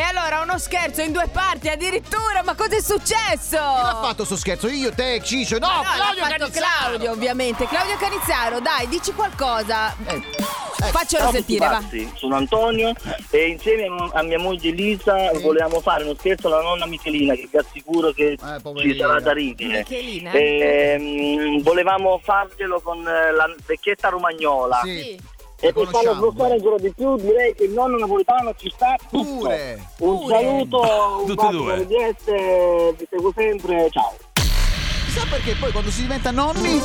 era uno scherzo in due parti addirittura, ma cosa è successo? L'ha fatto sto scherzo, io, te, Ciccio. No, Ma no, Claudio l'ha fatto Canizzaro. Claudio, ovviamente. Claudio Canizzaro, dai, dici qualcosa. Eh, Faccelo Ciao a tutti sentire, va. quanti, sono Antonio e insieme a mia moglie Elisa volevamo fare uno scherzo alla nonna Michelina che vi assicuro che ci Eh, poverina. sarà da ridere. Michelina? Eh, eh. Ehm, volevamo farglielo con eh, la vecchietta romagnola Sì. e per farlo conosciamo. bloccare ancora di più direi che il nonno napoletano ci sta tutto. Pure. Un Pure. saluto, un Tutte e bacio due. alle diette, vi seguo sempre, ciao. Sa perché poi quando si diventa nonni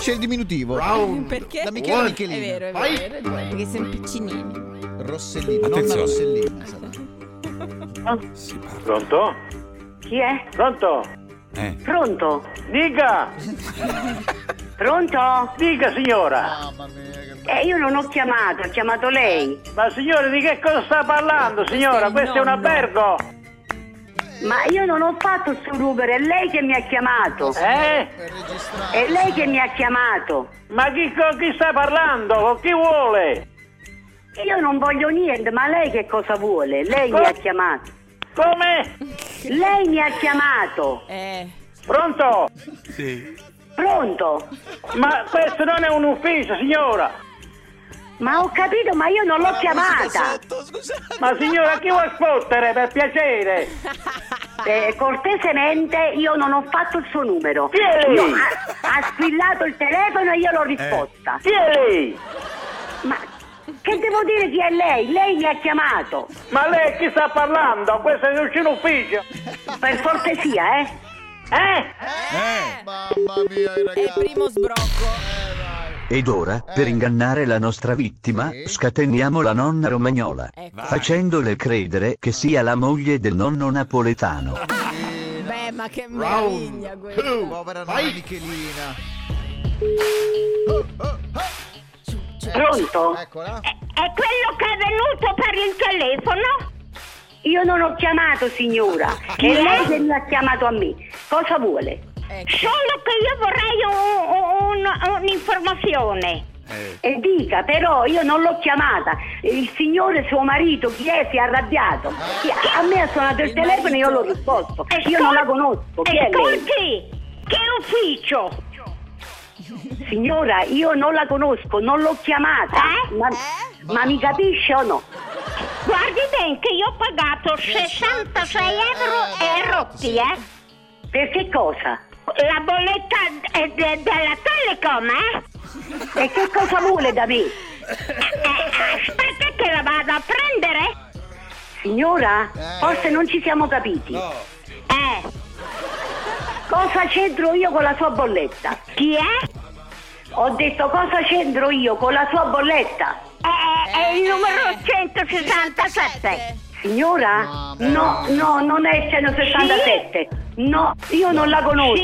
c'è il diminutivo. Perché? Da Michele È Michelini. vero, è vero, è vero, perché siamo piccinini. Rossellini, nonna Attenzione. Rossellini. Eh. sarà. Si parla. Pronto? Chi è? Pronto? Eh. Pronto? Dica! Pronto? Dica signora! Mamma mia, che bello. Eh, io non ho chiamato, ha chiamato lei. Ma signora di che cosa sta parlando signora? Questo è un albergo! Ma io non ho fatto sto numero, è lei che mi ha Eh? chiamato. È registrato. È lei che mi ha chiamato. Ma chi, con chi sta parlando? Con chi vuole? Io non voglio niente, ma lei che cosa vuole? Lei mi ha chiamato. Come? Lei mi ha chiamato. Eh. Pronto? Sì. Pronto? Ma questo non è un ufficio signora! Ma ho capito, ma io non l'ho chiamata. Ma signora chi vuol spottere per piacere? Eh, cortesemente io non ho fatto il suo numero. Chi è lei? No, ha, ha squillato il telefono e io l'ho risposta. Chi è lei? Ma che devo dire chi è lei? Lei mi ha chiamato. Ma lei chi sta parlando? Questo è un ufficio! Per cortesia, eh? Eh? Eh. Mamma mia, È Eh. il ragazzi. primo sbrocco. Ed ora, per ingannare la nostra vittima, Sì. scateniamo la nonna romagnola, Ecco. facendole credere che sia la moglie del nonno napoletano. Beh, ma che meraviglia questa. Povera nonna Michelina. Pronto? Eh, Eccola. È quello che è venuto per il telefono? Io non ho chiamato signora. È lei che mi ha chiamato a me. Cosa vuole? Ecco. Solo che io vorrei un- un- un- un'informazione. E dica, però io non l'ho chiamata. Il signore, suo marito, chi è, si è arrabbiato. Chi- A me ha suonato il, Il telefono e io l'ho marito. risposto. Ascol- Io non la conosco. Chi è lei? Ascolti, che ufficio? Signora, io non la conosco, non l'ho chiamata. Eh? Ma, ma mi capisce o no? Guardi bene che io ho pagato 66 euro e rotti, eh? Per che cosa? La bolletta eh, de- della Telecom, eh? E che cosa vuole da me? Eh, Aspetta che la vado a prendere. Signora, forse non ci siamo capiti. Eh, Cosa c'entro io con la sua bolletta? chi è? Ho detto cosa c'entro io con la sua bolletta? Eh, È, è Eh, il numero 167. Signora? No, no, non è il 167. No, io non la conosco.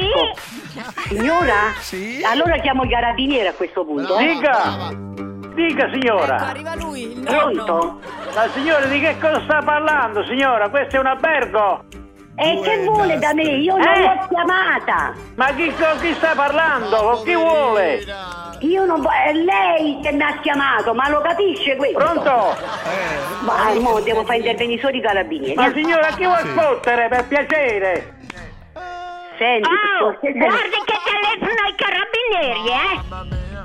Signora? Sì. Allora chiamo i carabinieri a questo punto. eh. Dica! Dica Ecco, signora! arriva lui, il nonno. Pronto? Ma signora di che cosa sta parlando signora? Questo è un albergo! E che vuole da me? Io non Eh. l'ho chiamata. Ma chi, con chi sta parlando? Con chi vuole? Io non vo- è lei che mi ha chiamato, ma lo capisce questo? Pronto? Ma ah, mo devo far intervenire solo i carabinieri. Ma signora chi vuol spottere per piacere? Senti, Oh, senta, guardi che telefono ai carabinieri, eh?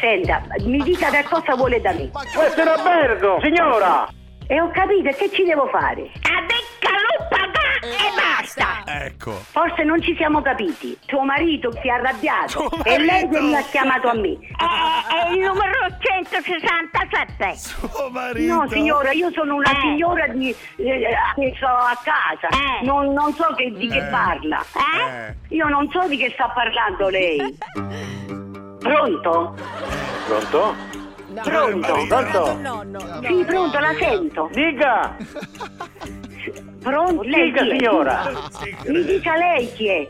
senta, mi dica che cosa vuole da me. Questo è un albergo, signora! E ho capito, e che ci devo fare? A becca lupaga e basta! Ecco. Forse non ci siamo capiti. Tuo marito si è arrabbiato Tuo e lei che marito? mi ha chiamato a me. È, è- è Eh, il numero 167. Tuo marito. No, signora, io sono una Eh. signora di, eh, che so a casa. Eh. Non, non so che- di che parla. Eh? Io non so di che sta parlando lei. Pronto? Pronto? No, Pronto? è tornato il nonno. Sì, pronto, la sento. Dica! Pronto? Lei Dica chi è? signora! Mi dica lei chi è.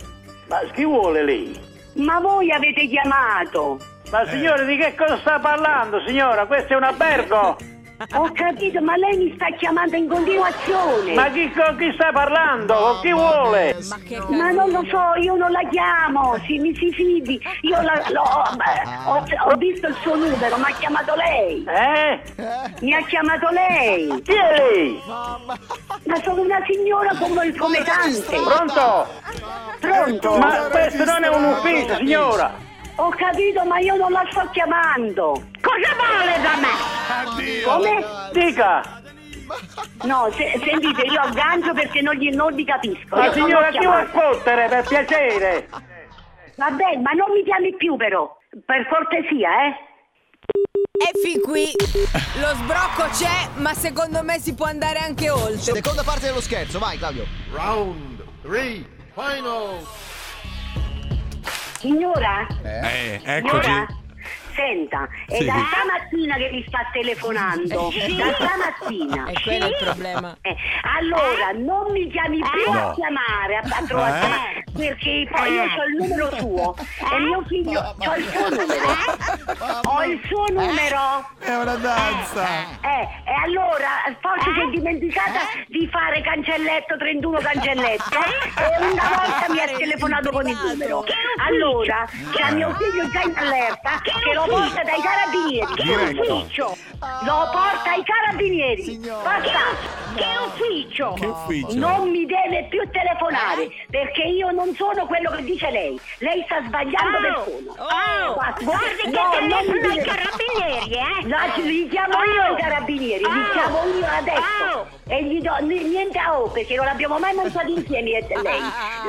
Ma chi vuole lei? Ma voi avete chiamato. Ma signora di che cosa sta parlando signora? Questo è un albergo! Ho capito, ma lei mi sta chiamando in continuazione. Ma Ma, chi, con chi sta parlando? Con chi vuole? Ma che non lo so, io non la chiamo, si, mi si fidi. Io la- l'ho- ho, ho visto il suo numero, mi ha chiamato lei. Eh? Mi ha chiamato lei. Chi è lei? Ma sono una signora come, come tante. Pronto? Pronto? Ma questo non è un ufficio, signora! Ho capito, ma io non la sto chiamando. Cosa vuole da me? Addio. Come? Dica! No, se- sentite, io aggancio perché non, gli, non li capisco. Ma Io non signora, l'ho chi vuol chiamata. fottere, per piacere? Vabbè, ma non mi chiami più però, per cortesia, eh. E fin qui lo sbrocco c'è, ma secondo me si può andare anche oltre. Seconda parte dello scherzo, vai Claudio. Round 3, final. Signora? Eh, Signora? eccoci. Senta, è Sì. da stamattina che mi sta telefonando. Da stamattina. E quello è il problema. Eh, allora, non mi chiami più No. a chiamare a patro Eh? perché poi io ho il numero suo e mio figlio ho il suo numero. Eh? Ho il suo numero. È una danza. Eh, e allora forse Eh? si è dimenticata di fare cancelletto 31 cancelletto Eh? e una volta mi ha telefonato con il numero. Allora, c'è Ah. mio figlio già in allerta che lo porta dai carabinieri. Che Diretto. ufficio? Lo porta ai carabinieri. Basta. Che ufficio? Che ufficio? Non mi deve più telefonare Eh? perché io non sono quello che dice lei. Lei sta sbagliando persona. Oh, Basta. guardi che No, non mi telefono ai deve- carabinieri, eh! No, ci- li chiamo io Oh. i carabinieri, li Oh. chiamo io adesso. Oh. E gli do n- niente a O perché non l'abbiamo mai mangiato insieme io e lei.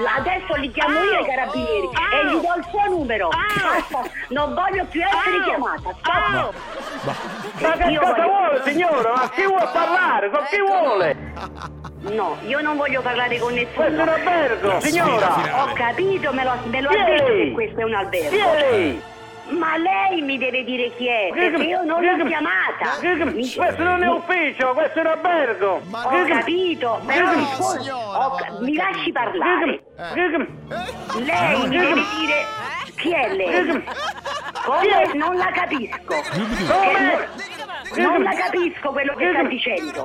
La- Adesso li chiamo io i carabinieri Oh. e gli do il suo numero. Basta, non voglio più essere Oh. chiamata. Oh. Stop. Ma che Io cosa voglio- vuole, signora? Ma chi vuol parlare? Con chi vuole? No, io non voglio parlare con Questo è un nessuno. albergo, signora! Ho capito, me lo, me lo Chi ha è detto lei? che questo è un Chi è albergo. lei? Ma lei mi deve dire chi è, perché io non l'ho chiamata. Mi- Questo non è ufficio, questo è un albergo! Ho capito, però no, rispondi. signora, Ho ca- ma- mi lasci parlare. Lei mi deve dire chi è lei. Come? Non la capisco. Come? Non la capisco quello che sta dicendo.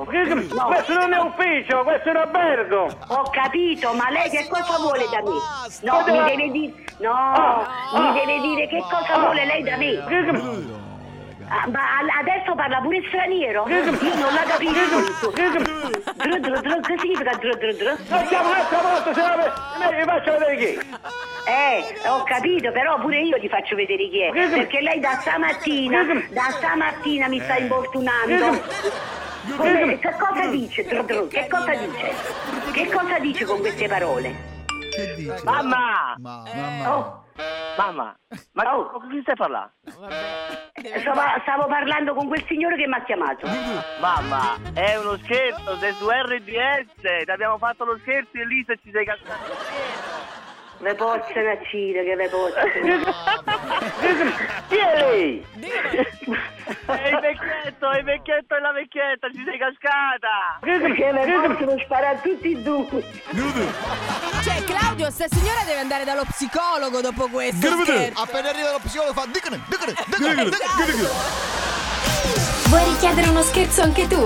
No, Questo non è ufficio, questo è un albergo! ho capito, ma lei che cosa vuole da me? No, mi deve dire. No, mi deve dire che cosa vuole lei da me. Ah, ma a- adesso parla pure straniero? Io non la capisco. Dr, dr, dr, Che significa dr, dr, dr? Facciamo un'altra volta, se no vi faccio vedere chi! Eh, ho capito, però pure io gli faccio vedere chi è. Perché lei da stamattina, da stamattina mi sta importunando. Come- che cosa dice? Dro- dro- Che cosa dice? Che cosa dice con queste parole? Che dici? Mamma! Ma, Oh, Mamma! Ma Oh. con chi stai parlando? stavo, stavo parlando con quel signore che mi ha chiamato. Mamma, è uno scherzo, sei su RDS, ti abbiamo fatto lo scherzo e lì se ci sei cazzato. Le possono accire che le possono. Chi è lei? È il vecchietto, è il vecchietto e la vecchietta, ci sei cascata! Perché le possono sparare tutti e due. Cioè, Claudio, sta signora deve andare dallo psicologo dopo questo. Che scherzo. Appena arriva lo psicologo fa dicone, dicone, dicone, dicone. Vuoi richiedere uno scherzo anche tu?